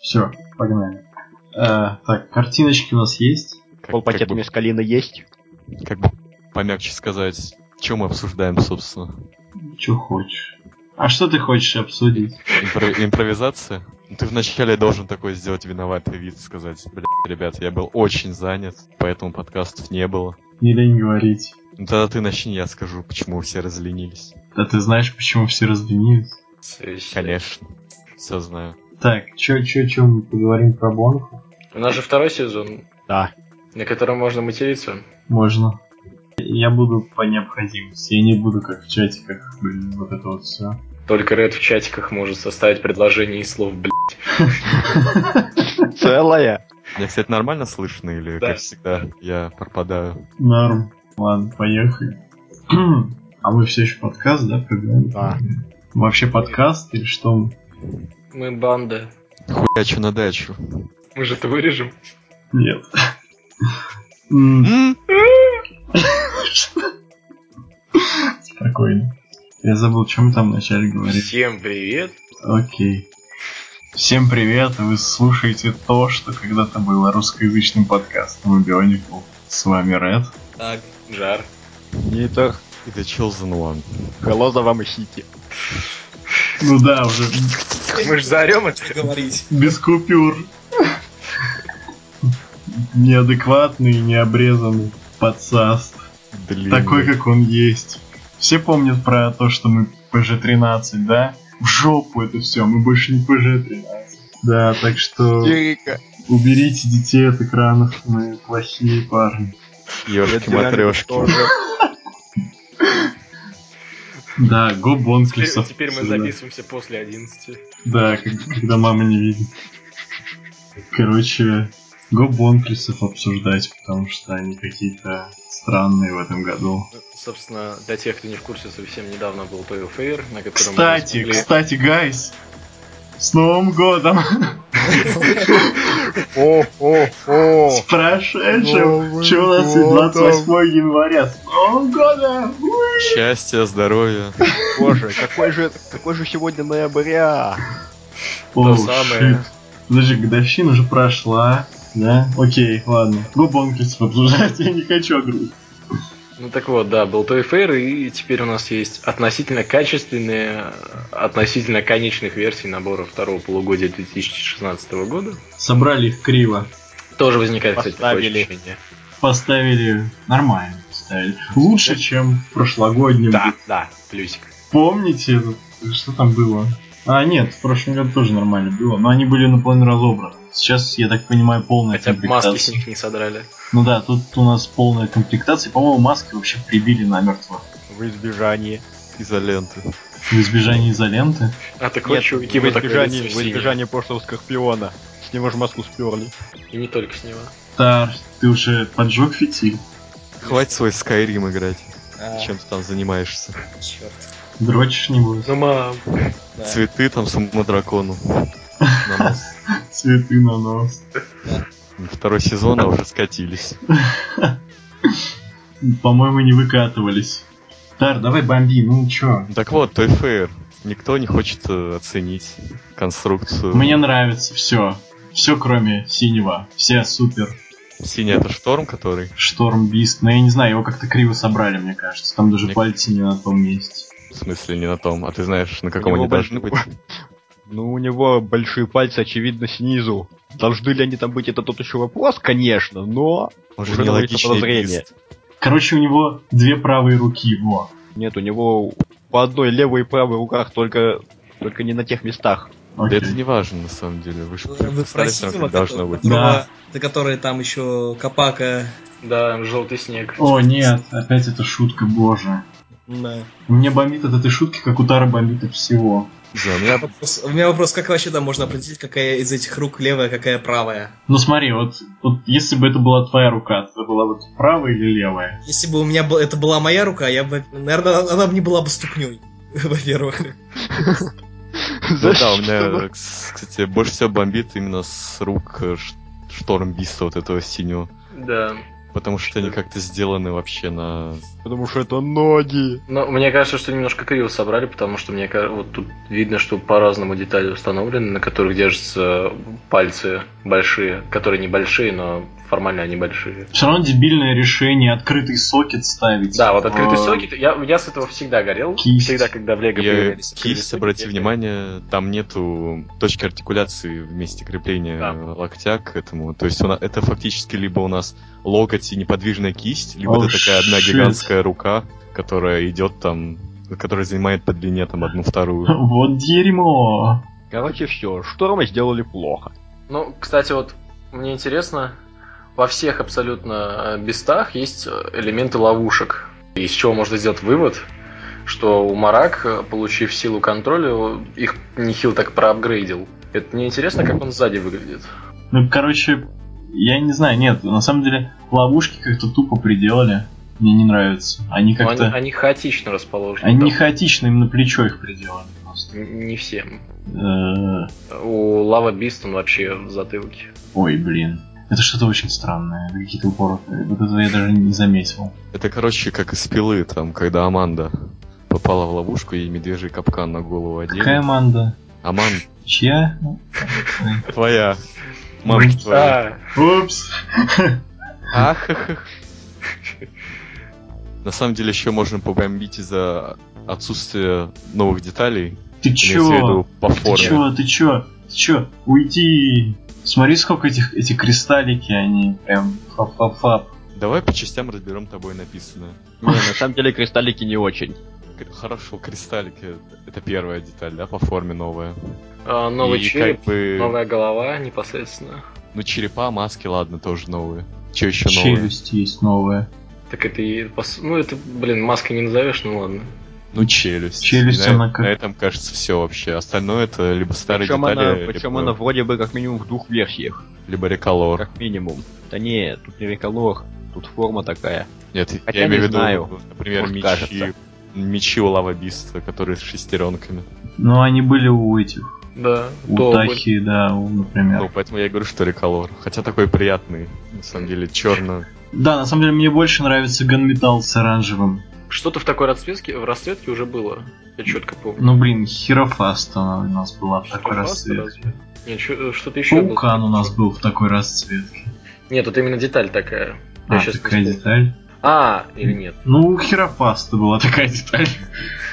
Все, погнали. Э, так, картиночки у нас есть. Как- Полпакета как бы- мескалина есть. Как бы помягче сказать, чем мы обсуждаем, собственно? Че хочешь. А что ты хочешь обсудить? Импро- импровизация? Ну, Ты вначале должен такой сделать виноватый вид, сказать, блядь, ребят, я был очень занят, поэтому подкастов не было. Не лень говорить. Ну, тогда ты начни, я скажу, почему все разленились. Да ты знаешь, почему все разленились? Совещание. Конечно. Все знаю. Так, че, че, че мы поговорим про Бонку? У нас же второй сезон, Да. на котором можно материться. Можно. Я буду по необходимости, я не буду как в чатиках, блин, вот это вот все. Только Ред в чатиках может составить предложение из слов «блядь». Целая. Меня, кстати, нормально слышно или, Да. как всегда, я пропадаю? Норм. Ладно, поехали. А мы все еще подкаст, да, программе? Да. Вообще подкаст или что? мы? Мы банда. Хуячу на дачу. Мы же это вырежем. Нет. М, М? Спокойно. Я забыл, чем мы там вначале говорили. Всем привет. Окей. Всем привет, вы слушаете то, что когда-то было русскоязычным подкастом Бионикл. С вами Ред. Так. Жар. Нитер. И the chosen one. Hello, за вам и сити. Ну да, уже Мы же заорем это. говорить. без купюр. Неадекватный, необрезанный подсаст. Длинный. Такой, как он есть. Все помнят про то, что мы ПЖ-13, да? В жопу это все, мы больше не ПЖ-13. Да, так что Истерика. уберите детей от экранов, мы плохие парни. Ёшки, матрешки. Да, го Теперь, Бонклисов. теперь мы Да. записываемся после 11. Да, к- когда мама не видит. Короче, го Бонклисов обсуждать, потому что они какие-то странные в этом году. Ну, Собственно, для тех, кто не в курсе, совсем недавно был Toy Fair, на котором... мы Кстати, смогли- кстати, гайс, с Новым годом! О, о, о. С прошедшим! Новым Че у нас и годом. 28 января? С Новым годом! Уи! Счастья, здоровья. Боже, какой же, какой же сегодня ноября? Оу, самое. шит. Подожди, годовщина уже прошла. Да? Окей, ладно. Губонкис обсуждать я не хочу грудь. Ну так вот, да, был Toy Fair, и теперь у нас есть относительно качественные, относительно конечных версий набора второго полугодия 2016 года. Собрали их криво. Тоже возникает, кстати, такое Поставили. ощущение. Поставили нормально. Поставили. Лучше, чем в прошлогоднем. Да, да, плюсик. Помните, этот- что там было? А, нет, в прошлом году тоже нормально было, но они были наполовину разобраны. Сейчас, я так понимаю, полная Хотя бы маски с комплектация. них не содрали. Ну да, тут у нас полная комплектация. По-моему, маски вообще прибили намертво. В избежании. Изоленты. В избежании изоленты. А так Нет, вот, в чуваки, вы так избежании, говорите, в все избежании прошлого Скорпиона. С него же маску сперли. синие. И не только с него. Тар, ты уже поджег фитиль. Хватит свой Skyrim играть. А, Чем ты там занимаешься? черт. Дрочишь, небось. Ну, мам, Да. Цветы там самому дракону. На нос. Цветы на нос. Второй сезон, а уже скатились. По-моему, не выкатывались. Тар, давай бомби, ну чё? Ну Так вот, Toy Fair. Никто не хочет э, оценить конструкцию. Мне нравится все. Все кроме синего. Все супер. Синий это шторм, который. Шторм Бист. Но я не знаю, его как-то криво собрали, мне кажется. Там даже Мне- пальцы не на том месте. В смысле, не на том. А ты знаешь, на каком него они должны быть? большой- Ну, у него большие пальцы, очевидно, снизу. Должны ли они там быть, это тот еще вопрос, конечно, но... Он же Уже наводится нелогичный подозрение. лист. Короче, у него две правые руки, во. Нет, у него по одной левой и правой руках только... Только не на тех местах. Да Окей. это не важно, на самом деле. Вы же Вы представляете, спросите, как вот должно это, быть. которого- За которой там еще Капака. да, желтый снег. О, нет, опять эта шутка, боже. Да. Мне бомбит от этой шутки, как у Тара бомбит от всего. Не знаю, у меня Вопрос- У меня вопрос, как вообще там можно определить, какая из этих рук левая, какая правая? Ну смотри, вот, вот если бы это была твоя рука, это была бы правая или левая? Если бы у меня был- это была моя рука, я бы, наверное, она, бы не была бы ступней, во-первых. Ну да, у меня, кс- кстати, больше всего бомбит именно с рук э, Ш- Шторм Биста вот этого синего. Да. Потому что они как-то сделаны вообще на... Потому что это ноги. Но мне кажется, что немножко криво собрали, потому что мне кажется, вот тут видно, что по-разному детали установлены, на которых держатся пальцы большие, которые небольшие, но формально они большие. Все равно дебильное решение открытый сокет ставить. Э, Да, вот в- открытый сокет. Я, я с этого всегда горел. Кисть. Всегда, когда в Лего Я появлялись открытые кисть, сокеты, обрати я- внимание, там нету точки артикуляции в месте крепления Да. локтя к этому. То есть у на- это фактически либо у нас локоть и неподвижная кисть, либо Oh, это такая одна shit. гигантская рука, которая идет там, которая занимает по длине там одну вторую. Вот дерьмо. Короче, все, шторма сделали плохо. Ну, кстати, вот мне интересно, во всех абсолютно э, бестах есть э, элементы ловушек. Из чего можно сделать вывод, что у Марак, э, получив силу контроля, о, их нехил так проапгрейдил. Это мне интересно, как он сзади выглядит. Ну, короче, я не знаю, нет, на самом деле ловушки как-то тупо приделали. Мне не нравится. Они Но они, как-то... Ну, они хаотично расположены. Они там. хаотично, им на плечо их приделали просто. Н- Не всем. Э, У Лава Бист он вообще в затылке. Ой, блин. Это что-то очень странное. Какие-то упоры. Вот это я даже не заметил. Это, короче, как из пилы, там, когда Аманда попала в ловушку, и медвежий капкан на голову одели. Какая манда? Аман, Чья? твоя. Мамка твоя. Упс. Ахахах. На самом деле еще можно побомбить из-за отсутствия новых деталей. Ты Имеется в виду чё? по Ты форме. чё? Ты чё? Ты чё? Уйди. Смотри, сколько этих эти кристаллики, они прям хап-хап-хап. Давай по частям разберем тобой написанное. Не, на самом деле кристаллики не очень. К- Хорошо, кристаллики это первая деталь, да, по форме новая. А, новый И череп, как бы, новая голова непосредственно. Ну, черепа, маски, ладно, тоже новые. Че еще новое? Челюсть есть новая. Так это и... пос- Ну, это, блин, маской не назовешь, ну ладно. Ну, челюсть. Челюсть, И на, она как- на этом кажется все вообще. Остальное это либо старые Причем она, детали, причем либо, она вроде бы как минимум в двух версиях. либо реколор. Как минимум. Да не, тут не реколор, тут форма такая. Нет, Хотя я не имею в виду, знаю. например, Может, мечи, кажется. мечи у лавабиста, которые с шестеренками. Но они были у этих. Да, У то Тахи, да, у, Ну, например. поэтому я и говорю, что реколор. Хотя такой приятный, на самом деле, черно. Да, на самом деле мне больше нравится ганметалл с оранжевым. Что-то в такой расцветке, в расцветке уже было. Я четко помню. Ну блин, Херофаст она у нас была в такой Херофаст, расцветке. Нет, чё- э, что-то еще Паукан у нас был в такой расцветке. Нет, тут именно деталь такая. Я А, щас такая не вспомню. деталь. А, или нет. Ну, у Херофаста была такая деталь.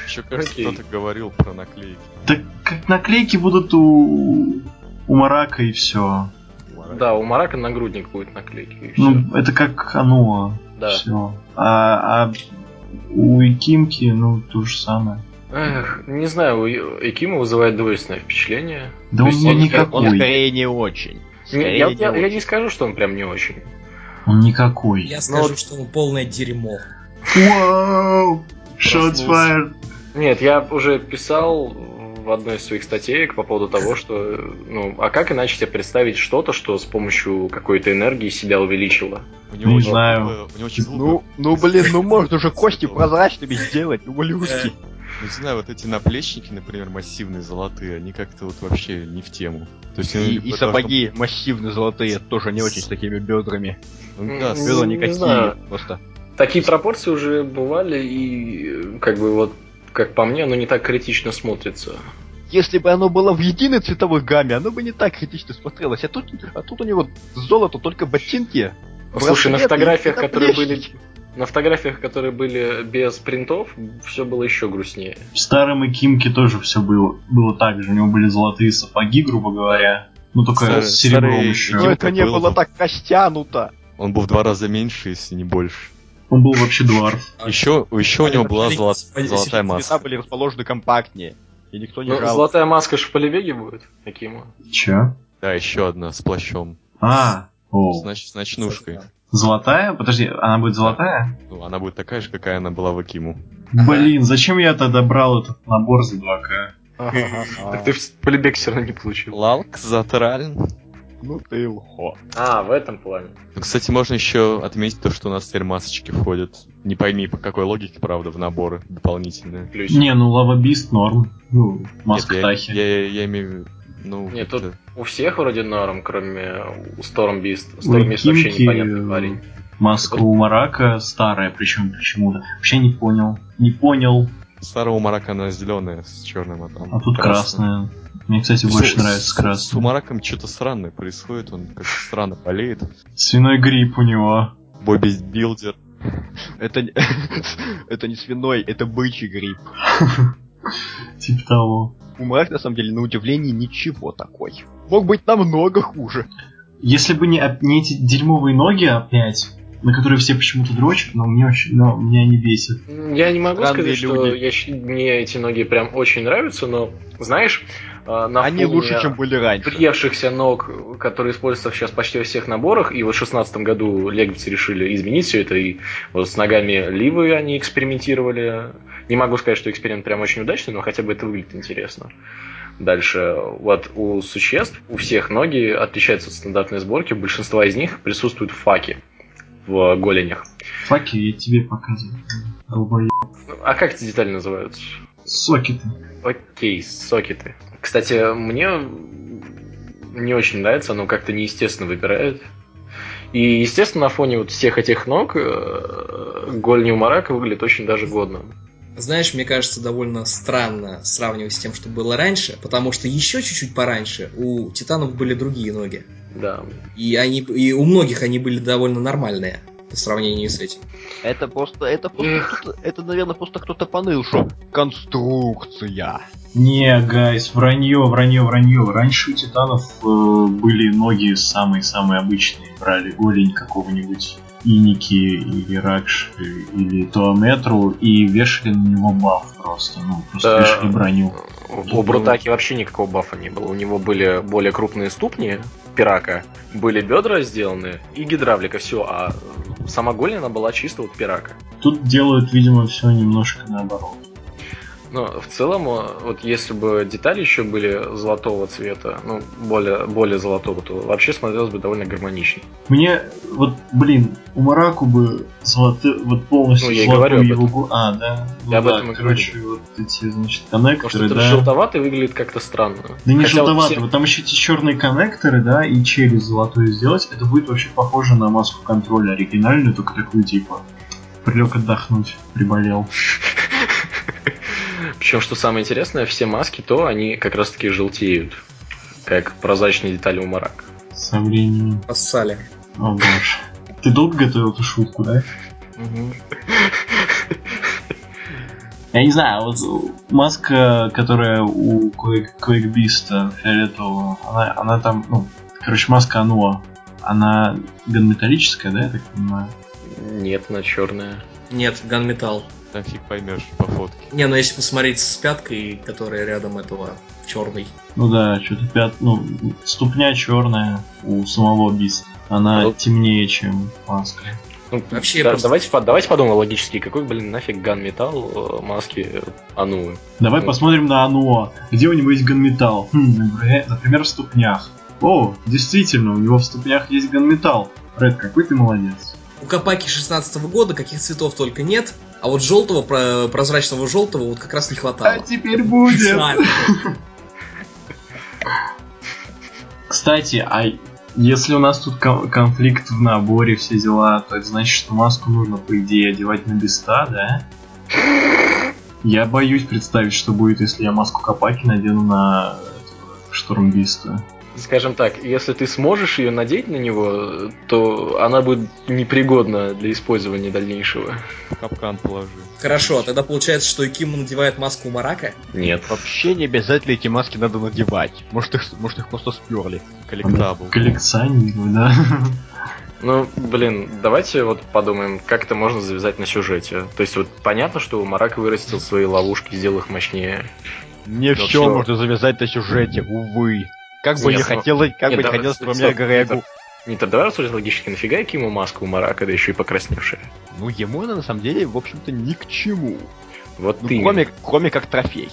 Еще, кажется, Окей. кто-то говорил про наклейки. Так как наклейки будут у, у Марака и все. Да, у Марака нагрудник будет наклейки. и всё. Ну, это как Ануа. да. Все. А, а у Икимки, ну, то же самое. Эх, не знаю, у Экима вызывает двойственное впечатление. Да То он есть не он- никакой. Он скорее не очень. Не, Скорее Я, не я- я очень. не скажу, что он прям не очень. Он никакой. Я Ну, скажу, вот- что он полное дерьмо. Вау! Проснулся. Shots fired! Нет, я уже писал в одной из своих статей по поводу того, что, ну, а как иначе тебе представить что-то, что с помощью какой-то энергии себя увеличило? У него Не очень знаю. глупо- у него очень глупо. Ну, ну блин, ну можно же кости прозрачными сделать, ну Э, малюски. Ну, не знаю, вот эти наплечники, например, массивные, золотые, они как-то вот вообще не в тему. То есть, И, ну, и потому сапоги массивные золотые, тоже не очень с такими бедрами. что- Ну, да, Не- Бедра не никакие знаю. просто. Такие пропорции уже бывали, и э, как бы вот, как по мне, оно не так критично смотрится. Если бы оно было в единой цветовой гамме, оно бы не так критично смотрелось. А тут, а тут у него золото только ботинки. Слушай, на браслеты и фотографиях, которые были. наплечники. На фотографиях, которые были без принтов, все было еще грустнее. В старом Икимке тоже все было, было так же. У него были золотые сапоги, грубо говоря. Ну, только Старые- с серебром старые еще. Но Икимки. это не было было бы. так растянуто. Он был в два раза меньше, если не больше. Он был вообще дуарф. А, Еще, еще у него была Смотрите, золо- смотрите, золотая Цвета маска. были расположены компактнее. И никто не Ну, жал. золотая маска же в полибеге будет, Акима. Че? Да, еще одна с плащом. А, о. Значит, с ночнушкой. Золотая? Подожди, она будет золотая? Ну, она будет такая же, какая она была в Акиму. Блин, зачем я тогда брал этот набор за 2К? А. Так ты в полибег все равно не получил. Лалк затрален. Ну ты лхо. А, в этом плане. Ну, кстати, можно еще отметить то, что у нас теперь масочки входят. Не пойми, по какой логике, правда, в наборы дополнительные. Плюс. Не, ну Лава Бист норм. Ну, маска Нет, я, Тахи. я- я имею в Ну, Нет, как-то- тут У всех вроде норм, кроме у Stormbeast. У Stormbeast вообще Кимки, непонятный парень. э, Маска у Марака старая, причем почему-то. Вообще не понял. Не понял. Старого марака она зеленая с черным, а там А тут красная. Мне, кстати, больше С- нравится с- С красная. Умараком что-то странное происходит, он как странно болеет. Свиной грипп у него. Бобби Билдер. Это, не- это не свиной, это бычий грипп. Типа того. У Марк, на самом деле, на удивление, ничего такой. Мог быть намного хуже. Если бы не, оп- не эти дерьмовые ноги опять, на которые все почему-то дрочат, но мне очень, но меня не бесит. Я не могу Странные сказать, что люди. я щ- мне эти ноги прям очень нравятся, но, знаешь, э, на Они фоне лучше, чем были раньше. въевшихся ног, которые используются сейчас почти во всех наборах, и вот в 2016 году легбицы решили изменить все это, и вот с ногами Ливы они экспериментировали. Не могу сказать, что эксперимент прям очень удачный, но хотя бы это выглядит интересно. Дальше, вот у существ, у всех ноги отличаются от стандартной сборки, у большинства из них присутствуют факи в голенях. Факи, я тебе показываю. Долбоеб. А как эти детали называются? Сокеты. Окей, сокеты. Кстати, мне не очень нравится, оно как-то неестественно выбирает. И, естественно, на фоне вот всех этих ног э, голь Неумарака выглядит очень даже годно. Знаешь, мне кажется, довольно странно сравнивать с тем, что было раньше, потому что еще чуть-чуть пораньше у титанов были другие ноги. Да. И, они, и у многих они были довольно нормальные по сравнению с этим. Это просто, это просто, кто-то- это, наверное, просто кто-то поныл, что конструкция. Не, гайс, вранье, вранье, вранье. Раньше у титанов э, были ноги самые-самые обычные. Брали голень какого-нибудь иники или ракш или туаметру и вешали на него баф просто. Ну, просто Да. вешали броню. У Брутаки вообще никакого бафа не было. У него были более крупные ступни, пирака, были бедра сделаны и гидравлика, все. А сама голень, она была чисто вот пирака. Тут делают, видимо, все немножко наоборот. Но в целом, э, вот если бы детали еще были золотого цвета, ну, более, более золотого, то вообще смотрелось бы довольно гармонично. Мне, вот, блин, у Мараку бы золоты, вот полностью Ну, я и золотую говорю об его... этом. гу- А, да. Ну Я об да, этом и короче, вот эти, значит, коннекторы, Потому что да. желтоватый выглядит как-то странно. Да не Хотя вот желтоватый, все- вот там еще эти черные коннекторы, да, и через золотую сделать, это будет вообще похоже на маску контроля оригинальную, только такую типа. Прилег отдохнуть, приболел. Причем, что самое интересное, все маски, то они как раз-таки желтеют, как прозрачные детали у Марак. Со временем. Поссали. О боже. Ты долго готовил эту шутку, да? Я не знаю, вот маска, которая у Квейкбиста фиолетового, она, она там, ну, короче, маска Ануа, она ганметаллическая, да, я так понимаю? Нет, она черная. Нет, ганметалл. Там фиг поймешь по фотке. Не, ну если посмотреть с пяткой, которая рядом этого черный. Ну да, что-то пят... Ну, ступня черная у самого Биста. Она Ну. темнее, чем маска. Ну, Вообще, да, просто- давайте, по- давайте подумаем логически, какой, блин, нафиг ган-металл маски э, Ануы. Давай Ну. посмотрим на Ануа. Где у него есть ганметалл? Хм, например, например, в ступнях. О, действительно, у него в ступнях есть ганметалл. Ред, какой ты молодец. У Капаки 16 года каких цветов только нет, а вот желтого, про- прозрачного желтого вот как раз не А хватало. теперь будет! Специально. Кстати, а если у нас тут кон- конфликт в наборе, все дела, то это значит, что маску нужно, по идее, одевать на беста, да? Я боюсь представить, что будет, если я маску Капаки надену на э, этого штормбиста. Скажем так, если ты сможешь ее надеть на него, то она будет непригодна для использования дальнейшего. Капкан положи. Хорошо, а тогда получается, что и Ким надевает маску у Марака. Нет. Вообще не обязательно эти маски надо надевать. Может их, может их просто сперли. Коллектабл. Коллекционирую, да? Ну, блин, давайте вот подумаем, как это можно завязать на сюжете. То есть вот понятно, что Марак вырастил свои ловушки, сделал их мощнее. Не Да все всё. можно завязать на сюжете, увы. Как бы Нет, не ну, хотелось, как бы нет, не давай, хотелось, стоп, например, стоп, Грегу. Не, тогда давай рассуждать логически, нафига Киму маска у Марака, да еще и покрасневшая. Ну, ему она на самом деле, в общем-то, ни к чему. Вот Ну, ты. кроме, кроме как трофей.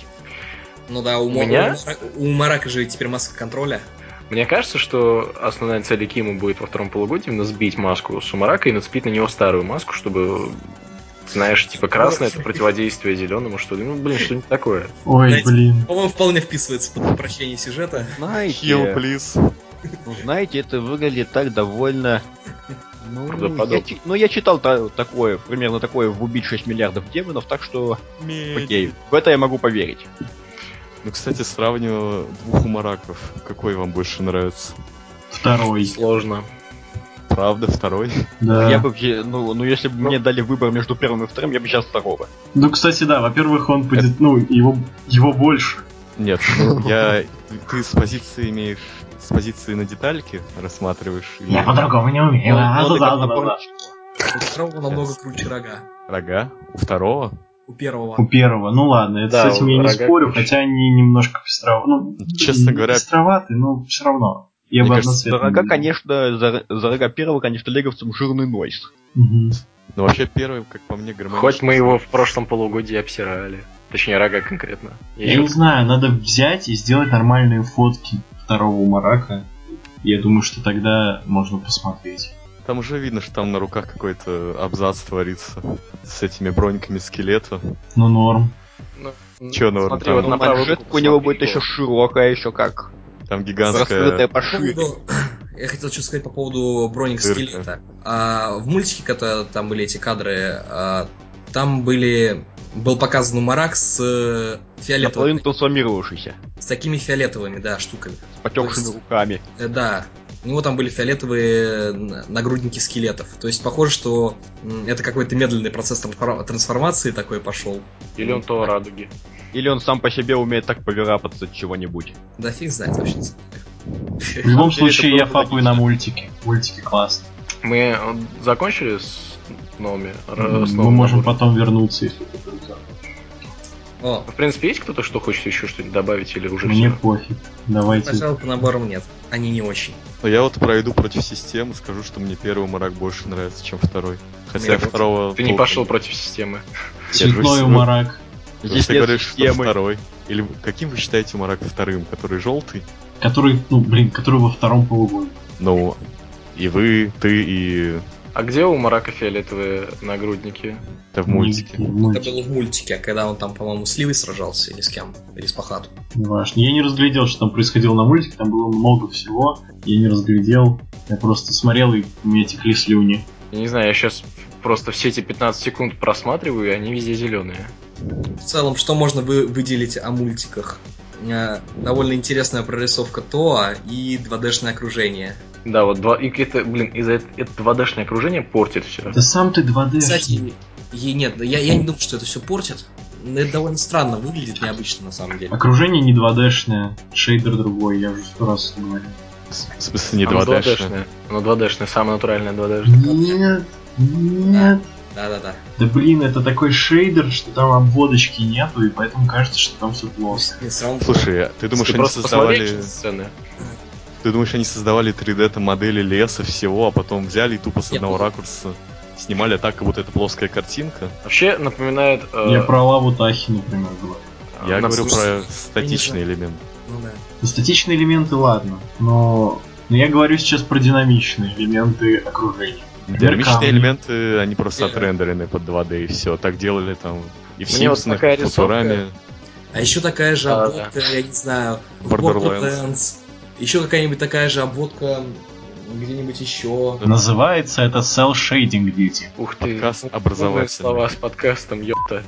Ну да, у, Мо- Меня? у Марака же теперь маска контроля. Мне кажется, что основная цель Кима будет во втором полугодии именно сбить маску с Марака и нацепить на него старую маску, чтобы Знаешь, типа красное это противодействие зеленому, что ли? Ну, блин, что-нибудь такое. Ой, Знаете, блин. По-моему, вполне вписывается под упрощение сюжета. Хил, Знаете, плиз. ну, знаете, это выглядит так довольно... Ну, Правдоподобно. я, чи- ну, я читал та- такое, примерно такое в убить 6 миллиардов демонов, так что, окей, в это я могу поверить. Ну, кстати, сравниваю двух умараков. Какой вам больше нравится? Второй. Сложно. Правда, второй? Да. Я бы, вообще- ну, ну, если бы мне дали выбор между первым и вторым, я бы сейчас второго. Ну, кстати, да, во-первых, он будет, ну, его, его больше. Нет, ну, я... Ты с позиции имеешь... С позиции на детальки рассматриваешь? или по-другому не умею. А, Ну, ну, ты как Да-да-да-да-да. напомнишь? У второго намного круче рога. Рога? У второго? У У первого. первого, ну ладно, это Да, с этим я не рога спорю, круче. хотя они немножко пестров... ну, Честно говоря- пестроваты, но все ну, равно. Я Мне бы кажется, а одноцветный Дорога, выбрал. конечно, за, за рога первого, конечно, леговцам жирный нойс. Мгм. Ну, вообще, первый, как по мне, гармоничный. Хоть мы его в прошлом полугодии обсирали. Точнее, рога конкретно. Я не знаю, надо взять и сделать нормальные фотки второго Марака. Я думаю, что тогда можно посмотреть. Там уже видно, что там на руках какой-то абзац творится. С этими броньками скелета. Ну, норм. Ну, ну, Чё, ну, смотри, там- вот Ну, на Но правую манжетка руку у него будет посмотри, еще вот. широкая, еще как. Там Раскрытая гигантская... пошире. По поводу- Я хотел что сказать по поводу броник Дырка. скелета. А, в мультике, когда там были эти кадры, а, там были был показан умарак с э, Наполовину фиолетовыми, трансформировавшийся. с такими фиолетовыми, да, штуками. С потекшими То есть- руками. Э, Да, у него там были фиолетовые н- нагрудники скелетов. То есть похоже, что м, это какой-то медленный процесс трансфор- трансформации такой пошел. Или он то радуги. Или он сам по себе умеет так поверапаться от чего-нибудь. Да фиг знает вообще. не В любом деле, это случае, я было бы фапаю на мультики. Мультики классные. Мы э, закончили с новыми? Э, р- с Ну, Мы новым можем набором? потом вернуться, если ты вдруг забыл. знаю. О, В принципе, есть кто-то, что хочет еще что-нибудь добавить или уже Мне всё? пофиг. Давайте. пожалуй, по наборам нет. Они не очень. Но я вот пройду против системы, скажу, что мне первый марак больше нравится, чем второй. Хотя Мне я второго... ну, Ты не толком- пошел против системы. Цветной держусь. Марак. Потому Здесь что нет ты говоришь, что системы. второй. Или каким вы считаете марак вторым, который желтый? Который, ну, блин, который во втором полугодии. Ну, и вы, ты и... А где у Марака фиолетовые нагрудники? Это в мультике. Это было в мультике, а когда он там, по-моему, с Ливой сражался или с кем, или с Пахату. Неважно. Я не разглядел, что там происходило на мультике, там было много всего. Я не разглядел. Я просто смотрел, и у меня текли слюни. Я не знаю, я сейчас просто все эти 15 секунд просматриваю, и они везде зеленые. В целом, что можно вы- выделить о мультиках? Э, Довольно интересная прорисовка Тоа и 2D-шное окружение. Да, вот два. И это, блин, из-за эт- это 2D-шное окружение портит все. Да сам ты 2D. Кстати, е- нет, я, я не думаю, что это все портит. Но это довольно странно выглядит, необычно на самом деле. Окружение не 2D-шное, шейдер другой, я уже сто раз говорил. С- В смысле, не Оно 2D. 2D-шное. Оно 2D-шное, самое натуральное 2D-шное. Нет, нет. Да-да-да. Да блин, это такой шейдер, что там обводочки нету, и поэтому кажется, что там все плоско. Нет, всё равно- Слушай, а ты думаешь, Ты они просто посмотри создавали... эти сцены. Ты думаешь, они создавали 3D там модели леса, всего, а потом взяли и тупо с Я одного думаю. ракурса снимали а так, как будто это плоская картинка? Вообще напоминает... э, Я про лаву Тахи, например, говорю. э, Я на- говорю слушай, про статичный элемент. Ну да. Ну, Статичные элементы, ладно, но... Но я говорю сейчас про динамичные элементы окружения. Ну, Например, камни. Динамичные элементы, они просто Э. отрендерены под 2D и все. Так делали там и в Мне вот Симпсонах, такая и в Футураме. А еще такая же Да-да. обводка, я не знаю, в Borderlands. Еще какая-нибудь такая же обводка где-нибудь еще. Называется это cell shading, дети. Ух ты. Подкаст умные образовательный. слова с подкастом, ёпта.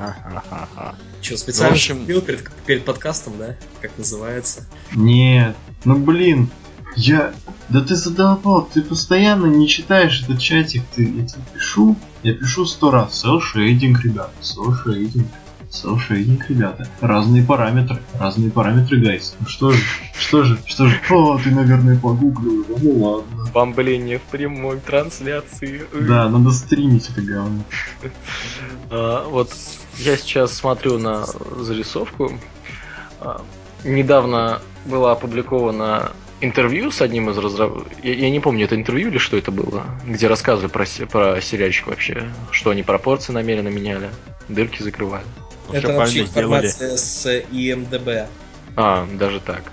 Ха-ха-ха-ха. Че, специально в общем- шутил перед, перед подкастом, да? Как называется? Нет, ну блин, я... Да ты задолбал, ты постоянно не читаешь этот чатик, ты... я тебе пишу, я пишу сто раз, cell shading, ребята, cell shading, cell shading, ребята, разные параметры, разные параметры, гайс. Ну что же, что же, что же, о, ты, наверное, погуглил, ну ладно. Бомбление в прямой трансляции. Э. Да, надо стримить это говно. А, Вот я сейчас смотрю на зарисовку. А, Недавно было опубликовано интервью с одним из разработчиков. Я, я не помню, это интервью или что это было, где рассказывали про, се- про сериальчик вообще, что они пропорции намеренно меняли, дырки закрывали. Вообще правильно сделали. информация с ИМДБ. А, даже так.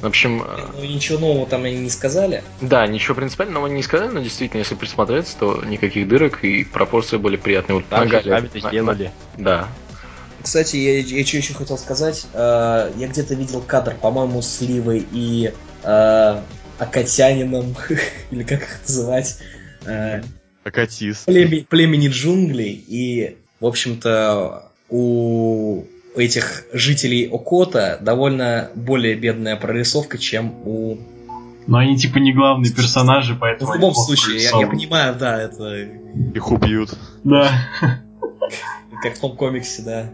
В общем, э, Ну, ничего нового там они не сказали. да, ничего принципиального не сказали, но действительно, если присмотреться, то никаких дырок и пропорции были приятные. Вот Так же нога сами лет- на- сделали. Да. Кстати, я, что еще хотел сказать. Э, я где-то видел кадр, по-моему, с Ливой и э, Акатянином, или как их называть, э, Акатис. племе- племени джунглей. И, в общем-то, у этих жителей Окота довольно более бедная прорисовка, чем у... Но они типа не главные персонажи, Ну, поэтому... в они любом плохо случае, я- я, прорисованы. понимаю, да, это Их убьют. Да. как в том комиксе, да.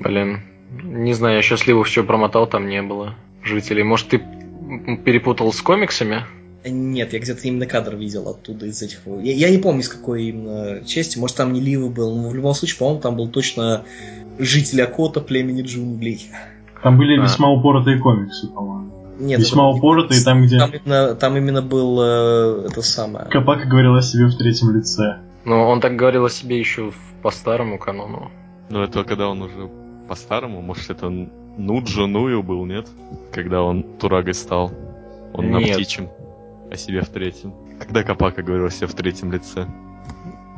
Блин, не знаю, я счастливо все промотал, там не было жителей. Может, ты м, перепутал с комиксами? Нет, я где-то именно кадр видел оттуда из этих. Я, я не помню, с какой именно части. Может, там не Ливы был, но в любом случае, по-моему, там был точно житель Акота племени джунглей. Там были А. весьма упоротые комиксы, по-моему. Нет, Весьма это- упоротые, там где... Там именно, там именно был э, это самое. Капака говорила о себе в третьем лице. Но он так говорил о себе еще в- по старому канону. Но Ну, это когда он уже по-старому, может, это Нуджо Ную был, нет? Когда он Турагой стал. Он на Нет. птичьем, о себе в третьем. Когда Капака говорил о себе в третьем лице.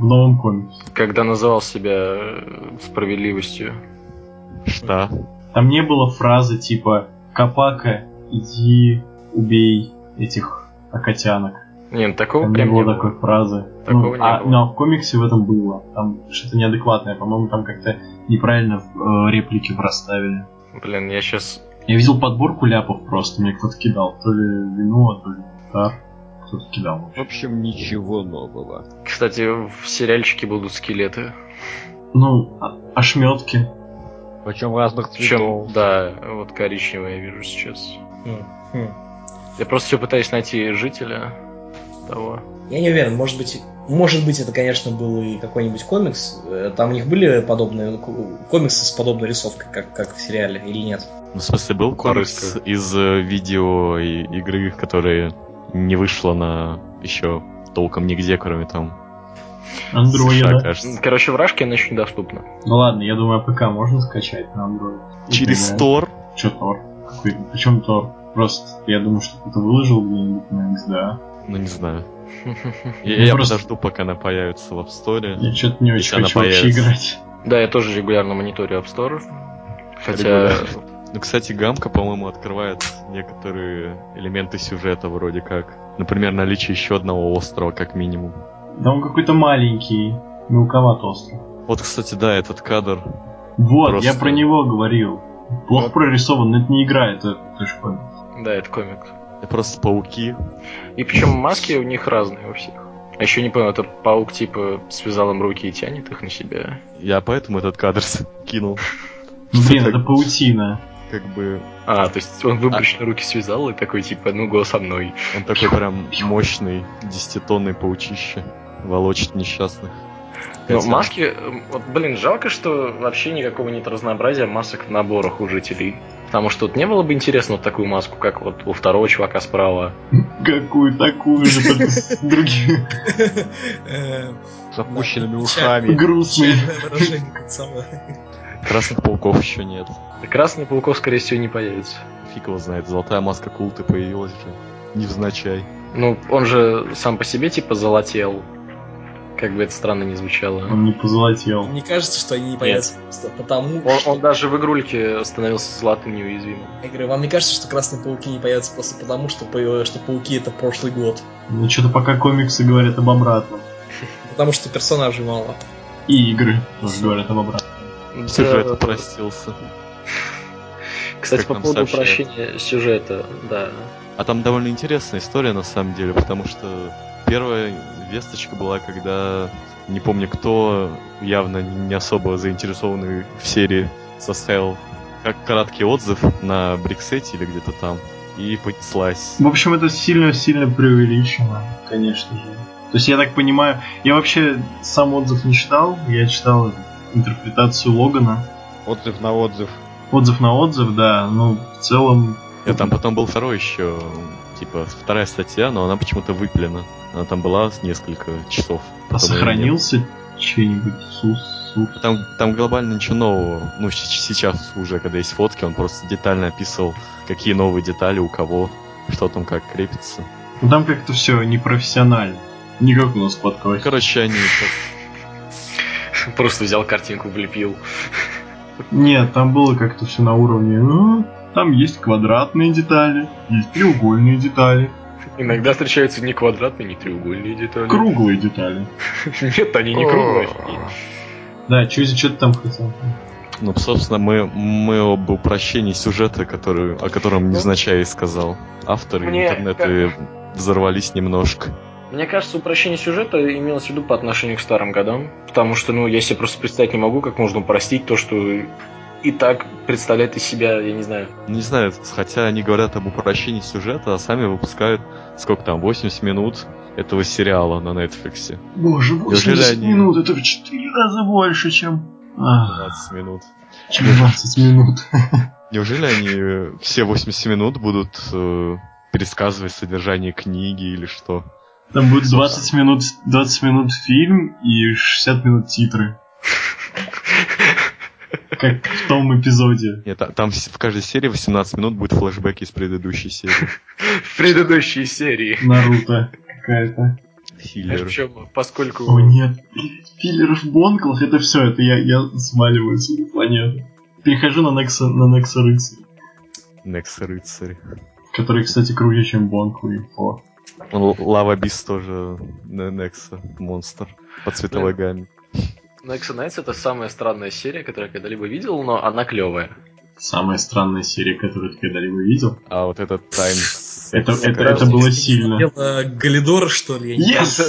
В новом комиксе. Когда называл себя э, справедливостью. Что? Там не было фразы типа «Капака, иди убей этих акатянок». Нет, такого Там не прям не было было. такой фразы. Такого ну, не а, было. ну, а в комиксе в этом было. Там что-то неадекватное. По-моему, там как-то неправильно э, реплики проставили. Блин, я сейчас... Я видел подборку ляпов просто, мне кто-то кидал. То ли вино, то ли тар. Кто-то кидал. В общем, ничего нового. Кстати, в сериальчике будут скелеты. Ну, а- ошметки. Причем разных цветов. Причем, да, вот коричневый я вижу сейчас. Хм, хм. Я просто все пытаюсь найти жителя того. Я не уверен, может быть, может быть, это, конечно, был и какой-нибудь комикс. Э, Там у них были подобные ну, комиксы с подобной рисовкой, как, как в сериале, или нет? Ну, в смысле, был комикс Парыска. из э, видео и игры, которая не вышла на еще толком нигде, кроме там США, Андроида. кажется. Короче, в Рашке она еще недоступна. Ну ладно, я думаю, АПК можно скачать на Android. Через Например. Тор. Чё Тор? Какой... Причем Тор? Просто, я думаю, что кто-то выложил где-нибудь на XDA. Ну, не знаю. Я, Ну, я просто- подожду, пока она появится в App Store. Я что-то не очень она хочу вообще появится. играть. Да, я тоже регулярно мониторю App Store. Хотя, Регулярно. Ну, кстати, гамка, по-моему, открывает некоторые элементы сюжета вроде как. Например, наличие еще одного острова, как минимум. Да он какой-то маленький, мелковат остров. Вот, кстати, да, этот кадр. Вот, Просто- я про него говорил. Плохо Вот. прорисован, но это не игра, это, это ж комикс. да, это комик. Просто пауки. И причем маски у них разные у всех. А еще не понял, это паук типа связал им руки и тянет их на себя. Я поэтому этот кадр кинул. Ну, Что блин, так? это паутина. Как бы А, то есть он выборочно руки связал и такой типа, ну го со мной. он такой прям мощный, десятитонный паучище. Волочит несчастных. Но Хотя- маски, э, вот, блин, жалко, что вообще никакого нет разнообразия масок в наборах у жителей. Потому что тут не было бы интересно вот такую маску, как вот у второго чувака справа. Какую такую же, только с другими. С опущенными Да. ушами. Грустный. выражение лица. Красных пауков еще нет. Красный пауков, скорее всего, не появится. Фиг его знает, золотая маска култы появилась же. Невзначай. Ну, он же сам по себе типа золотел. Как бы это странно не звучало. Он не позолотел. Мне кажется, что они не появятся просто потому, Он, что... он даже в игрульке становился золотым неуязвимым. Я говорю, вам не кажется, что Красные Пауки не появятся просто потому, что, по- что Пауки это прошлый год? Ну, что-то пока комиксы говорят об обратном. Потому что персонажей мало. И игры тоже говорят об обратном. Сюжет Да. простился. Кстати, как по нам поводу сообщают. прощения сюжета, да. А там довольно интересная история на самом деле, потому что первая весточка была, когда не помню кто, явно не особо заинтересованный в серии, составил как краткий отзыв на Бриксете или где-то там. И понеслась. В общем, это сильно-сильно преувеличено, конечно же. То есть, я так понимаю, я вообще сам отзыв не читал, я читал интерпретацию Логана. Отзыв на отзыв. Отзыв на отзыв, да, но в целом... Нет, там потом был второй еще, типа, вторая статья, но она почему-то выпилена. Она там была с несколько часов. А потом её нет. сохранился чей-нибудь сус тут. Там, там глобально ничего нового. Ну, щ- сейчас уже, когда есть фотки, он просто детально описывал, какие новые детали у кого, что там как крепится. Ну там как-то все непрофессионально. Не как у нас в подкасте. Короче, они... как- Просто взял картинку, влепил. Нет, там было как-то все на уровне. «Ну, там есть квадратные детали, есть треугольные детали, Иногда встречаются не квадратные, не треугольные детали. круглые детали. Нет, они не круглые. Да, что то там хотел? Ну, собственно, мы, мы об упрощении сюжета, который, о котором невзначай сказал автор, и Мне интернеты взорвались немножко. Мне кажется, упрощение сюжета имелось в виду по отношению к старым годам. Потому что, ну, я себе просто представить не могу, как можно упростить то, что и так представляет из себя, я не знаю. Ну, не знаю, хотя они говорят об упрощении сюжета, а сами выпускают, сколько там, 80 минут этого сериала на Netflix. Боже, 80 они- минут, это в 4 раза больше, чем... Ах, 15 минут. чем 20 минут. Неужели они э, все 80 минут будут э, пересказывать содержание книги или что? Там будет 20 минут, 20 минут фильм и 60 минут титры. Как в том эпизоде. Нет, та- там с- в каждой серии 18 минут будет флешбеки из предыдущей серии. В предыдущей серии. Наруто какая-то. Филлер. Причем, О поскольку... нет, филлеров в бонклах, это все, это я, я сваливаю с этой планеты. Перехожу на Некса, на Некса Рыцарь, Некс Рыцарь. который, кстати, круче, чем бонклы и по. Л- Лава Бис тоже на Некса. Монстр. По цветовой гамме. Nexa Nights это самая странная серия, которую я когда-либо видел, но она клевая. Самая странная серия, которую ты когда-либо видел. А вот этот Тайм... с- Это, с- это, это было сильно. Это Галидор, что ли? Я не Yes!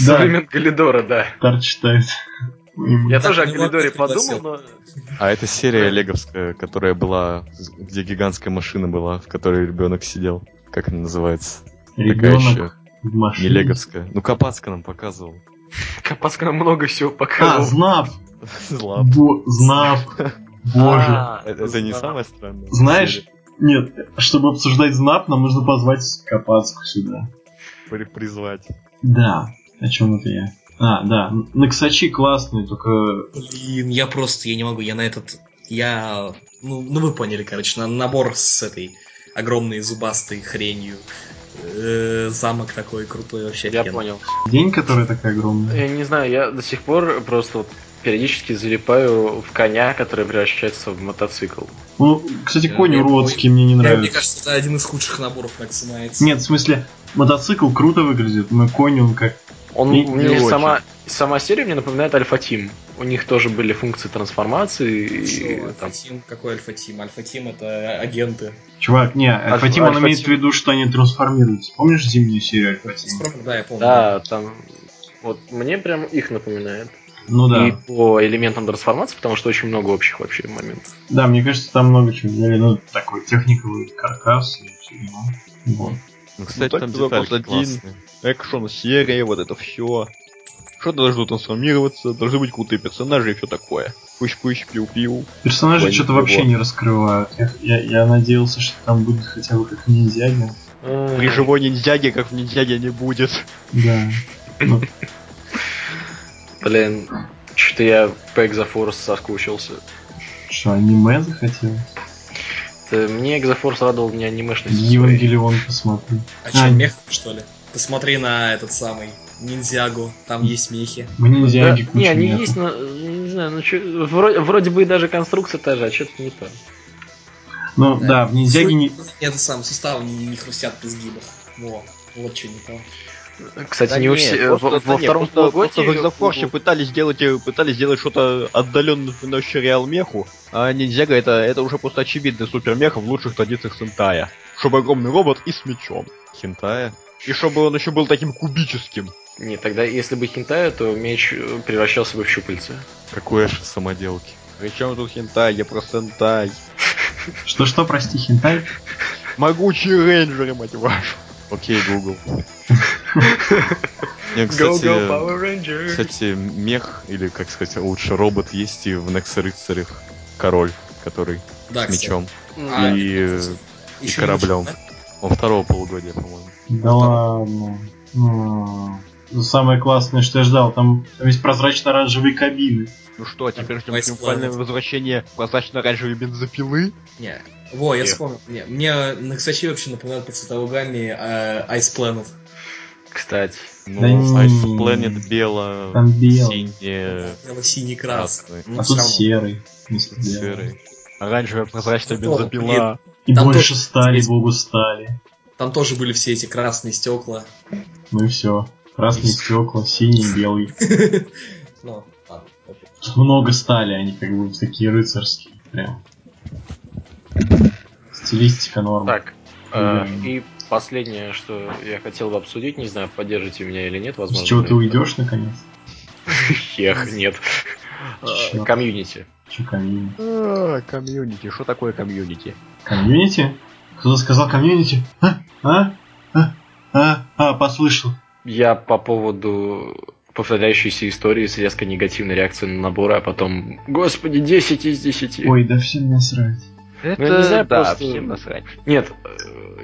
Да, Современ Галидора, да. Тар читает. Я Так, тоже о ну Галидоре ладно, подумал, но... А это серия леговская, которая была, где гигантская машина была, в которой ребенок сидел. Как она называется? Такая Ребенок еще в не машине. леговская. Ну, Капацка нам показывал. Капаска нам много всего А, показывал. Знав! Зла. Бо- Знав! Боже. А, Это это не знав. самое странное. Знаешь, нет, чтобы обсуждать Знап, нам нужно позвать Капацку сюда. При- Призвать. Да, о чем это я? А, да, Наксачи классные, только... Блин, я просто, я не могу, я на этот, я, ну, ну вы поняли, короче, на набор с этой огромной зубастой хренью. Э, замок такой крутой вообще. Я офигенный. понял. День, который такая Э, огромная. Я не знаю, я до сих пор просто вот периодически залипаю в коня, который превращается в мотоцикл. Ну, кстати, Да, конь я уродский, мне не Э, Мне нравится. кажется, это один из худших наборов Max Knights. Нет, в смысле, мотоцикл круто выглядит, но конь, он как... Он Не- мне не сама, сама серия мне напоминает Альфа Тим. У них тоже были функции трансформации и Что, там. Альфа-Тим? Какой Альфа-Тим? Альфа-Тим это агенты. Чувак, не, Альфатим, он Альфа-Тим. имеет в виду, что они трансформируются. Помнишь зимнюю серию Альфатим? Спром- Да, я помню. Да, там. Вот мне прям их напоминает. Ну да. И по элементам трансформации, потому что очень много общих вообще моментов. Да, мне кажется, там много чего взяли. Ну, такой техниковый каркас и всё, ну, Вот. Ну, кстати, так там туда детальки просто один. классные. Экшен, серия, вот это все. Что должно трансформироваться, должны быть крутые персонажи и все такое. Пыщ-пыщ, пиу-пиу. Персонажи Ой, что-то ничего. вообще не раскрывают. Я, я- я надеялся, что там будет хотя бы как ниндзяги. При живой ниндзяге, как в ниндзяге, не будет. Да. Ну, Блин, что-то я по Экзофорс соскучился. что, аниме захотел? Это Мне Экзофорс радовал меня анимешность. Евангелион посмотрю. А, А что, мех, что ли? Посмотри на этот самый Ниндзягу, там есть мехи. В ниндзяги Да, не, куча они меха. есть, но э, не знаю, ну чё, вроде, вроде бы и даже конструкция та же, а что-то не то. Ну да, в ниндзяги не... Это сам, суставы не, не хрустят при сгибах. Во, вот что не то. Кстати, Да не у нет, все- просто- во, да во нет, втором просто, полугодии просто в Экзофорсе у- пытались сделать, э, пытались сделать что-то отдаленно напоминающее Реал Меху, а Ниндзяго это, это уже просто очевидный супермех в лучших традициях Сентая. Чтобы огромный робот и с мечом. Хентая. И чтобы он еще был таким кубическим. Не, тогда если бы хентая, то меч э, превращался бы в щупальце. Как у Эша самоделки. Причем тут хентай, я про сентай. Что-что, прости, хентай? Могучие рейнджеры, мать вашу. Окей, Google. Не, кстати, кстати, мех, или, как сказать, лучше робот есть и в Некс Рыцарях. Король, который Да, с мечом. А, и, э, кстати, и ещё кораблем. меч, Он второго полугодия, по-моему. Да ладно. ну, М. Ну, Самое классное, что я ждал, там, там есть прозрачно-оранжевые кабины. Ну что, теперь ждем Vice триумфальное Planet. возвращение прозрачно-оранжевой бензопилы. Не. Во, я Эх. вспомнил. Не, мне Наксачи вообще напоминает по цветовой гамме э, Ice Planet. Кстати. Ну, Да не. Ice Planet бело, Там белый, синее, Синий крас. красный, Ну, а всё тут равно. серый. если белый. серый. Оранжевая прозрачная Ну, тоже, бензопила. И Там больше тоже стали, есть- богу стали. Там тоже были все эти красные стекла. Ну и все. Красные Есть. стекла, синий, белый. Ну, ладно, окей. Тут много стали, они как бы такие рыцарские. Прям. Стилистика норма. Так. э, Мгм. И последнее, что я хотел бы обсудить, не знаю, поддержите меня или нет, С возможно. чего ты нет. уйдешь наконец? Хех, нет. Э, Чё? Комьюнити. Че комьюнити? А, Комьюнити. Что такое комьюнити? Комьюнити? Кто-то сказал комьюнити? А? А? А? А? А, послышал. Я по поводу повторяющейся истории с резко негативной реакцией на наборы, а потом «Господи, 10 из 10!» Ой, да всем насрать. Это, Ну, я не знаю, да, просто- всем насрать. Нет, э,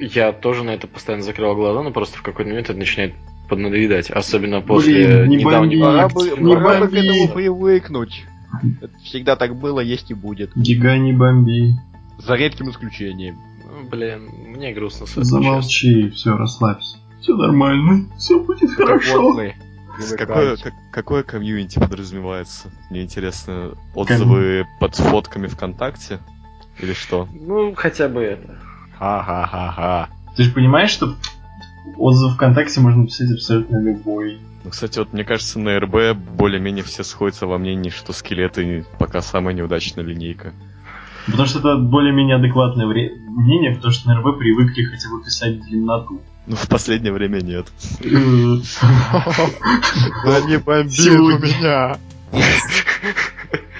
я тоже на это постоянно закрывал глаза, но просто в какой-то момент это начинает поднадоедать, особенно после Блин, не недавнего... бомби. Пора Пора бы, бы- Не пора бы к к бомби. этому этому привыкнуть. Это всегда так было, есть и будет. Гига не бомби. За редким исключением. Ну, Блин, мне грустно с этим, честно. Замолчи, все, расслабься. Все нормально, все будет Вот хорошо. мы привыкаем. Какое, как- какое комьюнити подразумевается? Мне интересно, отзывы под фотками ВКонтакте? Или что? Ну, хотя бы это. Ха-ха-ха-ха. Ты же понимаешь, что отзыв ВКонтакте можно писать абсолютно любой. Ну, кстати, вот мне кажется, на РБ более-менее все сходятся во мнении, что скелеты пока самая неудачная линейка. Потому что это более-менее адекватное вре- мнение, потому что на РБ привыкли хотя бы писать длинноту. Ну, в последнее время нет. Да не бомби Сегодня. у меня.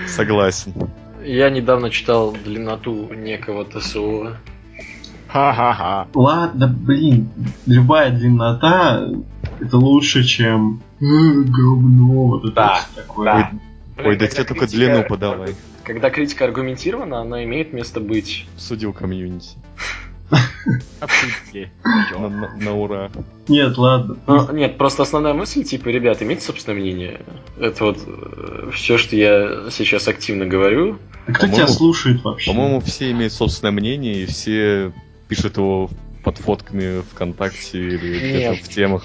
Согласен. Я недавно читал длинноту некого ТСО. Ха-ха-ха. Ладно, блин, любая длиннота это лучше, чем «Э, говно. Вот это Да, вот такое. да. Ой, да тебе только длину подавай. Когда критика аргументирована, она имеет место быть. Судил комьюнити. Обсудили. На, Всё. на- на ура. Нет, ладно. Но, нет, просто основная мысль, типа, ребят, имейте собственное мнение. Это вот все, что я сейчас активно говорю. Да А кто По-моему- тебя слушает вообще? По-моему, все имеют собственное мнение, и все пишут его под фотками ВКонтакте или где-то Нет. в темах.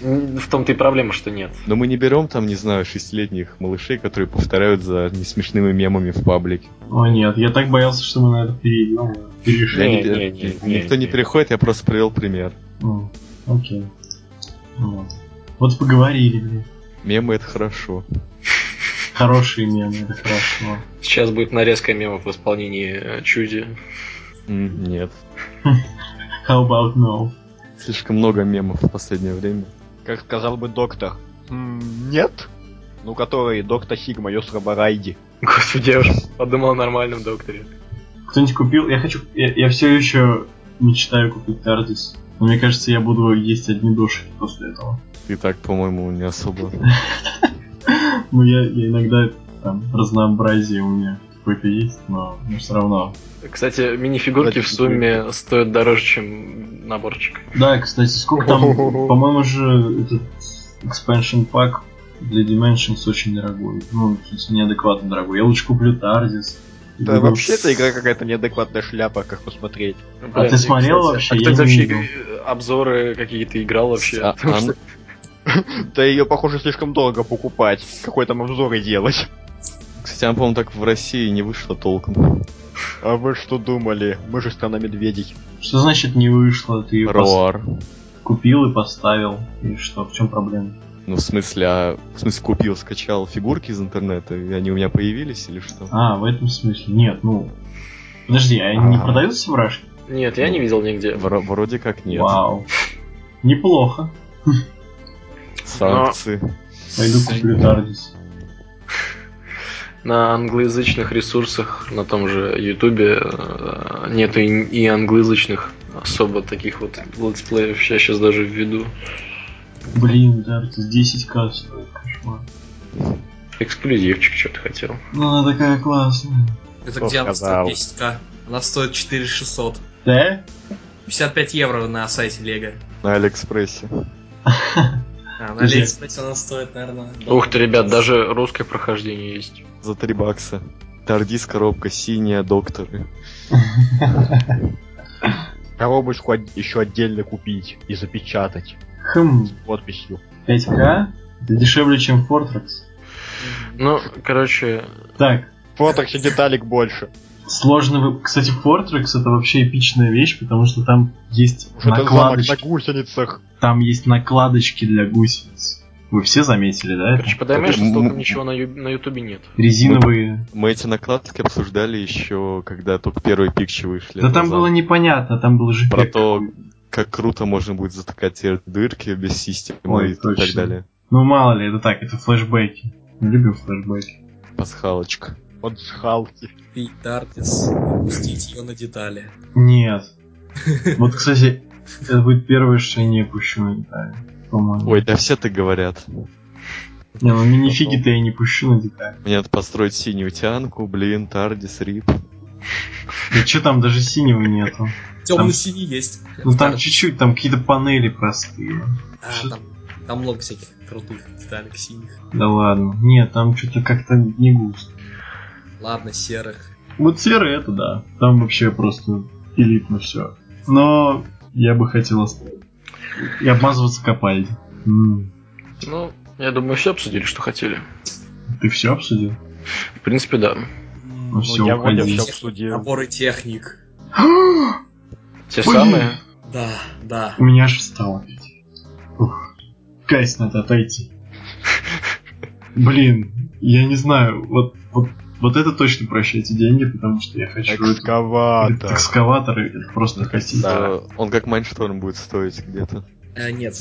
М, В том-то и проблема, что нет. Но мы не берем там, не знаю, шестилетних малышей, которые повторяют за несмешными мемами в паблике. О нет, я так боялся, что мы на это перейдем. Перешли. Я Не, не пер- не, не, не, Никто не не. переходит, я просто привел пример. М, Окей. Ну, Вот поговорили, блин. Мемы это хорошо. Хорошие мемы, это хорошо. Сейчас будет нарезка мемов в исполнении э, Чуди. М, Нет. How about no? Слишком много мемов в последнее время. Как сказал бы доктор. М, Нет? Ну, который доктор Сигма, Йосра Барайди. Господи, я уже подумал о нормальном докторе. Кто-нибудь купил? Я хочу... Я, все еще мечтаю купить Тардис. Но мне кажется, я буду есть одни дошики после этого. И так, по-моему, не особо. Ну, я, я иногда там разнообразие у меня какое-то есть, но все равно. Кстати, мини-фигурки Кстати, в сумме стоят дороже, чем наборчик. Да, кстати, сколько там... По-моему же этот expansion пак для Dimensions очень дорогой. Ну, в смысле, неадекватно дорогой. Я лучше куплю Тардис. Да вообще-то игра какая-то неадекватная шляпа, как посмотреть. А ты смотрел вообще? Ну, А Я кто не вообще видел. игры- обзоры какие-то играл вообще? А- Потому а- что Да ее, похоже, слишком дорого покупать. Какой там обзоры делать? Кстати, она, по-моему, так в России не вышла толком. А вы что думали? Мы же страна медведей. Что значит не вышло? Ты ее Роар. купил и поставил. И что? В чем проблема? Ну, в смысле, а... В смысле, купил, скачал фигурки из интернета, и они у меня появились или что? А, в этом смысле. Нет, ну. Подожди, а они не Ага. продаются в Рашке? Нет, я не видел нигде. Вро- вроде как нет. Вау. Неплохо. Санкции. Пойду куплю Тардис. На англоязычных ресурсах, на том же Ютубе, э, нету и, и англоязычных особо таких вот летсплеев. Я сейчас даже введу. Блин, Тардис 10к стоит, кошмар. Эксклюзивчик что-то хотел. Ну она такая классная. Это Кто где она сказал? стоит 10к? Она стоит 4600. Да? 55 евро на сайте Лего. На Алиэкспрессе. А, на Друзья. Алиэкспрессе она стоит, наверное. Ух ты, ребят, даже русское прохождение есть. за 3 бакса. Тардис коробка синяя, докторы. Коробочку от- еще отдельно купить и запечатать Хм, подписью. 5К? Это дешевле, чем Fortrex. Ну, короче, Так, Фотоксе деталек больше. сложно... вы- Кстати, Fortrex это вообще эпичная вещь, потому что там есть Уже это замок на накладочки. гусеницах. Там есть накладочки для гусениц. Вы все заметили, да? это? короче, подоймешься, М- столько м- ничего на ю- на Ютубе нет. Резиновые. Мы эти накладки обсуждали еще, когда только первые пикчи вышли. Да там назад. было непонятно, там был же Про пек. то, как круто можно будет затыкать теперь дырки без системы Ой, и так точно. далее. Ну мало ли, это так, это флешбеки. Мы любим флешбеки. Пасхалочка. От схалки. Пить Тартис, пустить ее на детали. Нет. Вот, кстати, это будет первое, что я не пущу на детали. По-моему. Ой, да все так говорят. Не, ну минифиги-то я не пущу на детали. Мне надо построить синюю тянку, блин, Тардис, Рип. Да что там даже синего нету. Темно-синий есть. Ну там чуть-чуть, там какие-то панели простые. А, что- там, там много всяких крутых деталек синих. Да ладно. Нет, там что-то как-то не густо. Ладно, серых. Вот серый это да. Там вообще просто элитно все. Но я бы хотел оставить. И обмазываться копальни. М, Ну, я думаю, все обсудили, что хотели. Ты все обсудил? В принципе, да. Ну все, я вроде уходи. всё обсудил. Наборы техник. Те Блин. самые. Да, да. У меня аж встало. Ух, Кайс, надо отойти. Блин, я не знаю, вот, вот, вот это точно прощайте деньги, потому что я хочу... этот- этот Экскаватор. Экскаватор, это просто косить. Э, Он как Майншторм будет стоить где-то. Э, нет.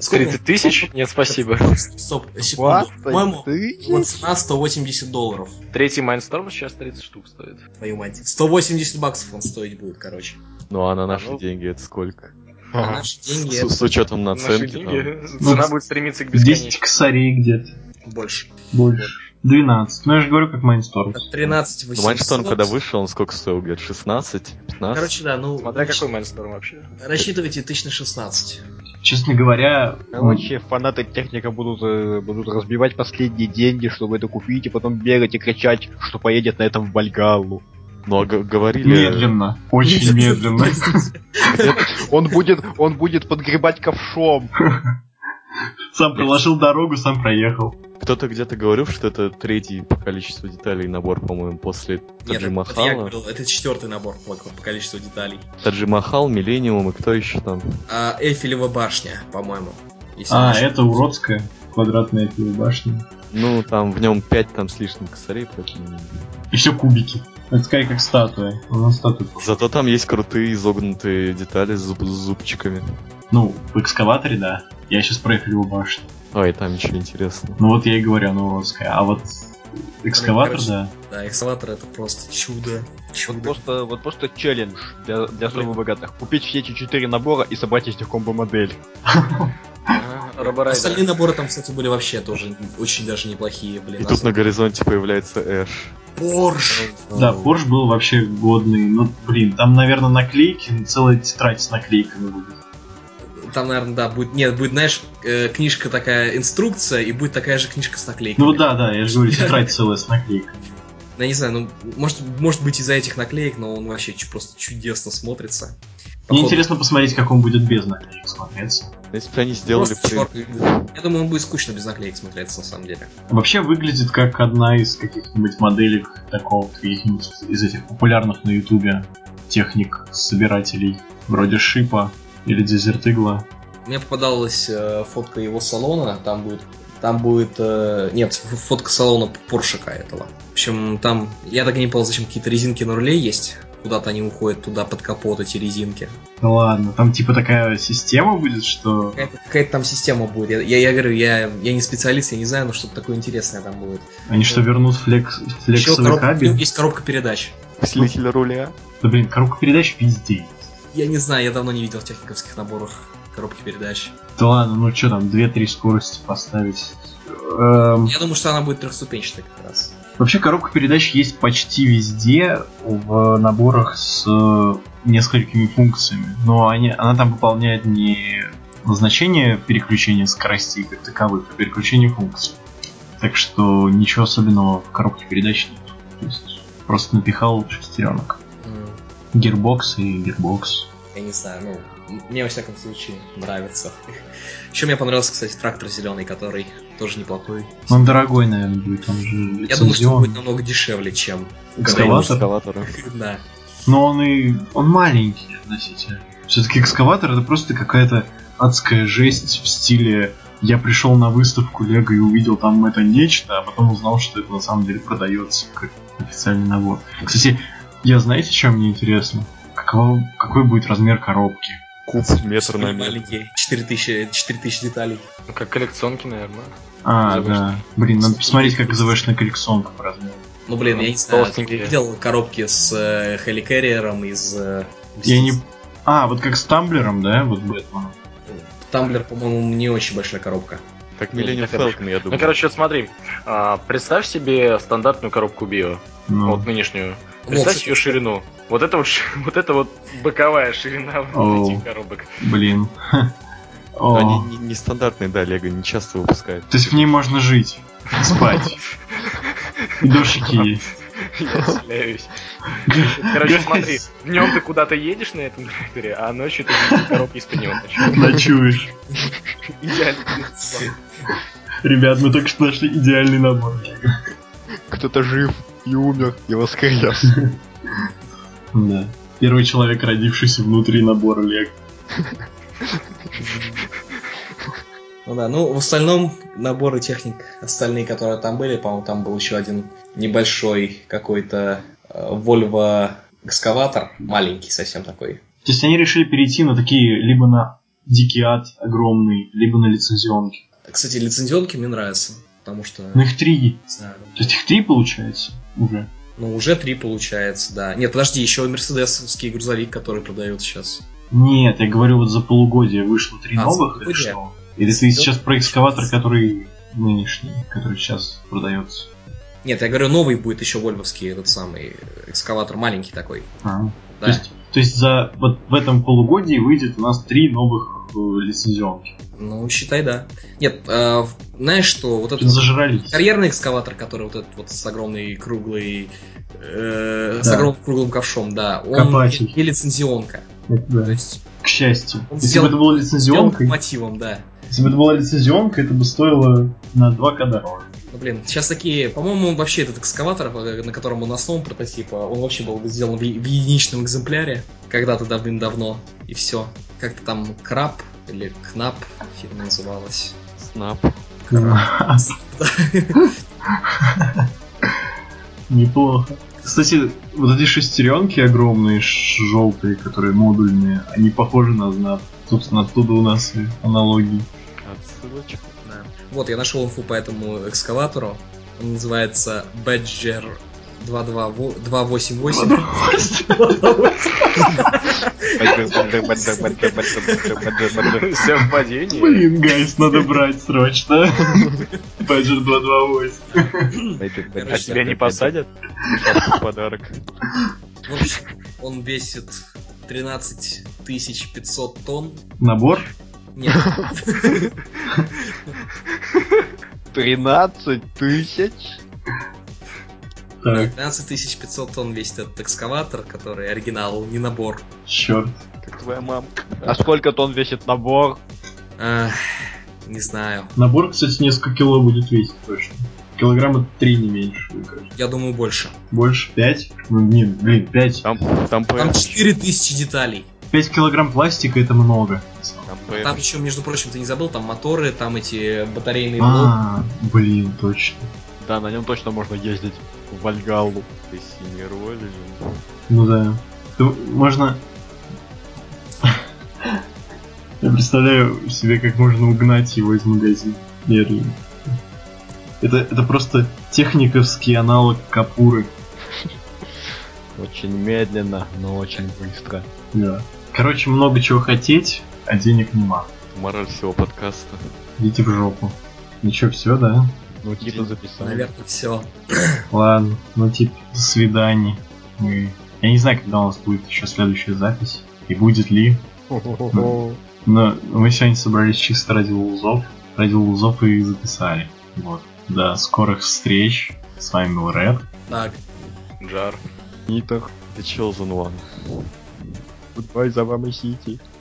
Сколько? 30 тысяч? Нет, спасибо. Стоп, секунду. По-моему, вот цена 180 долларов. Третий Майнсторм сейчас 30 штук стоит. Твою мать. 180 баксов он стоить будет, короче. Ну а на наши ну. деньги это сколько? А Ага. наши деньги С, с учетом Наши наценки. там. деньги. Цена Ну, будет стремиться к 10 бесконечности. косарей где-то. это больше. Больше. 12. Ну я же говорю, как Майнсторм. От 13 Ну, 800. Майншторм, когда вышел, он сколько стоил? Где-то 16, 15? Короче, да, ну, Смотря расч- какой Майнсторм вообще. рассчитывайте 1016. Честно говоря, Короче, фанаты техника будут, э, будут разбивать последние деньги, чтобы это купить, и потом бегать и кричать, что поедет на этом в Бальгаллу. ну а г- говорили... медленно. Очень медленно. Он будет, он будет подгребать ковшом. Сам проложил дорогу, сам проехал. Кто-то где-то говорил, что это третий по количеству деталей набор, по-моему, после Нет, Таджи это, это я Махала. говорил, это четвертый набор по, по количеству деталей. Таджи Махал, Миллениум и кто еще там? А, Эйфелева башня, по-моему. если не А, ошибаюсь. это уродская квадратная пиво башня. Ну, там в нем 5 там с лишним косарей, поэтому... И все кубики. Это скорее как статуя. Ну, статуя. Зато там есть крутые изогнутые детали с зуб- с зубчиками. Ну, в экскаваторе, да. Я сейчас про Эйфелеву башню. Ой, там ничего интересного. Ну вот я и говорю, она уродская. А вот экскаватор, короче, да. Да, экскаватор это просто чудо. Вот Чудо. просто, вот просто челлендж для, для особо богатых. Купить все эти четыре набора и собрать из них комбо-модель. Ага, Роборайдер. Остальные наборы там, кстати, были вообще тоже очень даже неплохие, блин. И тут на горизонте появляется Эш. Порш! Да, Порш был вообще годный. Ну, блин, там, наверное, наклейки, ну, целая тетрадь с наклейками будет. Там, наверное, да, будет. Нет, будет, знаешь, э, книжка такая инструкция, и будет такая же книжка с наклейками. Ну да, да, я же говорю, тетрадь целая с наклейками. Я не знаю, ну, может, может быть из-за этих наклеек, но он вообще чу- просто чудесно смотрится. Мне Походу, интересно посмотреть, как он будет без наклеек смотреться. Если бы они сделали... Просто при- Я думаю, он будет скучно без наклеек смотреться, на самом деле. Вообще выглядит как одна из каких-нибудь моделек такого, каких-нибудь из этих популярных на ютубе техник собирателей. Вроде Шипа или Дезерт Игла. Мне попадалась э, фотка его салона, там будет, там будет, э, нет, ф- фотка салона Поршика этого. В общем, там, я так и не понял, зачем какие-то резинки на руле есть. Куда-то они уходят туда под капот эти резинки. Ну ладно, там типа такая система будет, что... Какая-то, какая-то там система будет. Я, я, я говорю, я, я не специалист, я не знаю, но что-то такое интересное там будет. Они что, вернут флекс... Еще флексовый коробка- кабель? есть коробка передач. Усилитель руля. Да блин, коробка передач везде. Я не знаю, я давно не видел в техниковских наборах коробки передач. Да ладно, ну что там, 2-3 скорости поставить. Эм, Я думаю, что она будет трехступенчатой как раз. вообще коробка передач есть почти везде в наборах с э, несколькими функциями. Но они, она там выполняет не назначение переключения скоростей как таковых, а переключение функций. Так что ничего особенного в коробке передач нет. То есть просто напихал шестеренок. М, Гирбокс и гирбокс. Я не знаю, ну, м- мне во всяком случае нравится. Еще мне понравился, кстати, трактор зеленый, который тоже неплохой. Он дорогой, наверное, будет, он же Я думаю, что он будет лицензионный. намного дешевле, чем... Экскаватор? Экскаваторы. Да. Но он и... он маленький относительно. Все-таки экскаватор это просто какая-то адская жесть в стиле я пришел на выставку Лего и увидел там это нечто, а потом узнал, что это на самом деле продается как официальный набор. Кстати, я знаете, чем мне интересно? Какого- какой будет размер коробки? Куб метр на Блин, метр. Маленькие. 4000, 4000 деталей. Ну, Как коллекционки, наверное. А, ЗВшная. да. Блин, надо посмотреть, как ЗВшная коллекционка по размеру. Ну, блин, я не знаю, ты Толстенькие. видел коробки с э, Хеликарриером из... э, Я не... А, вот как с Тамблером, да, вот Бэтменом. Тамблер, по-моему, не очень большая коробка. Как Не, Millennium не такая Falcon, я Ну, думаю. короче, вот смотри. а, представь себе стандартную коробку био. Ну. Вот нынешнюю. Ну, Представь кстати, ее ширину. Вот это вот, ш- вот это вот боковая ширина вот Оу. этих коробок. Блин. Но О, Они не- нестандартные, да, Лего не часто выпускают. То есть в ней можно жить, спать. И дождики есть. Я селяюсь. Короче, смотри, днем ты куда-то едешь на этом тракторе, а ночью ты в коробке из-под него ночуешь. Ночуешь. Идеально. Ребят, мы только что нашли идеальный набор. Кто-то жив и умер, и воскрес. Да. Первый человек, родившийся внутри набора Лего. Ну да, ну в остальном наборы техник, остальные, которые там были, по-моему, там был еще один небольшой какой-то э, Volvo экскаватор, маленький совсем такой. То есть они решили перейти на такие, либо на дикий ад огромный, либо на лицензионки. Кстати, лицензионки мне нравятся, потому что... Ну их три. не знаю, То есть их три получается уже. Ну, уже три получается, да. Нет, подожди, еще мерседесовский грузовик, который продается сейчас. Нет, я говорю, вот за полугодие вышло три А, за новых, или полугодие? что? Или ты сейчас про экскаватор, который нынешний, который сейчас продается? Нет, я говорю, новый будет еще вольвовский этот самый э, экскаватор, маленький такой. А. Да. То, есть, то есть за вот в этом полугодии выйдет у нас три новых э, лицензионки. Ну, считай, да. Нет, э, в- знаешь что, вот этот Что-то зажрались. карьерный экскаватор, который вот этот вот с огромной круглой... э, С Да. огромным круглым ковшом, да. Он Копатель. не лицензионка. Это да. То есть, К счастью. Он Если сделал- бы это была сделан по лицензионка, мотивам, да. если бы это была лицензионка, это бы стоило на 2К дороже. Ну, блин, сейчас такие... По-моему, вообще этот экскаватор, э, на котором он основан прототипа, он вообще был сделан в, е- в единичном экземпляре когда-то давным-давно, и все. Как-то там Краб или Кнап фирма называлась. Снап. Неплохо. Кстати, вот эти шестеренки огромные, ш- желтые, которые модульные, они похожи на знак. Собственно, оттуда у нас и аналогии. Отсылочка. Вот, я нашел инфу по этому экскаватору. Он называется Badger 228. Совпадение. Блин, гайс, надо брать срочно. Badger 228. А тебя не посадят? Шапку в подарок. В общем, Ну, он весит 13 500 тонн. Набор? Нет, 13 тысяч? Так, 13 500 тонн весит этот экскаватор, который оригинал, не набор. черт. Как твоя мама. А сколько тонн весит набор? Ах, не знаю. Набор, кстати, несколько кило будет весить точно. Килограмма три не меньше, мне кажется. Я думаю, больше. Больше? Пять? Ну, не, блин, пять. Там, там Там ПМ. 4000 деталей. Пять килограмм пластика это много. на самом Там Там ПМ. еще, между прочим, ты не забыл, там моторы, там эти деле. батарейные блоки. А, блин, точно. Да, на нем точно можно ездить в Вальгаллу. Ты синий роль. Ну да. Ты- можно... Я представляю себе, как можно угнать его из магазина. Медленно. Это, это просто техниковский аналог Капуры. Очень медленно, но очень быстро. Да. Короче, много чего хотеть, а денег нема. Мораль всего подкаста. Идите в жопу. Ничего, все, да? Ну, Тита записал. Наверное, все. Ладно, ну типа, до свидания. Мы- Я не знаю, когда у нас будет еще следующая запись. И будет ли. Хм. Но мы сегодня собрались чисто ради лузов. Ради лузов и записали. Вот. До скорых встреч. С вами был Ред. Так, Джар. Нитах. The Chosen One. Goodbye, за вами Сити.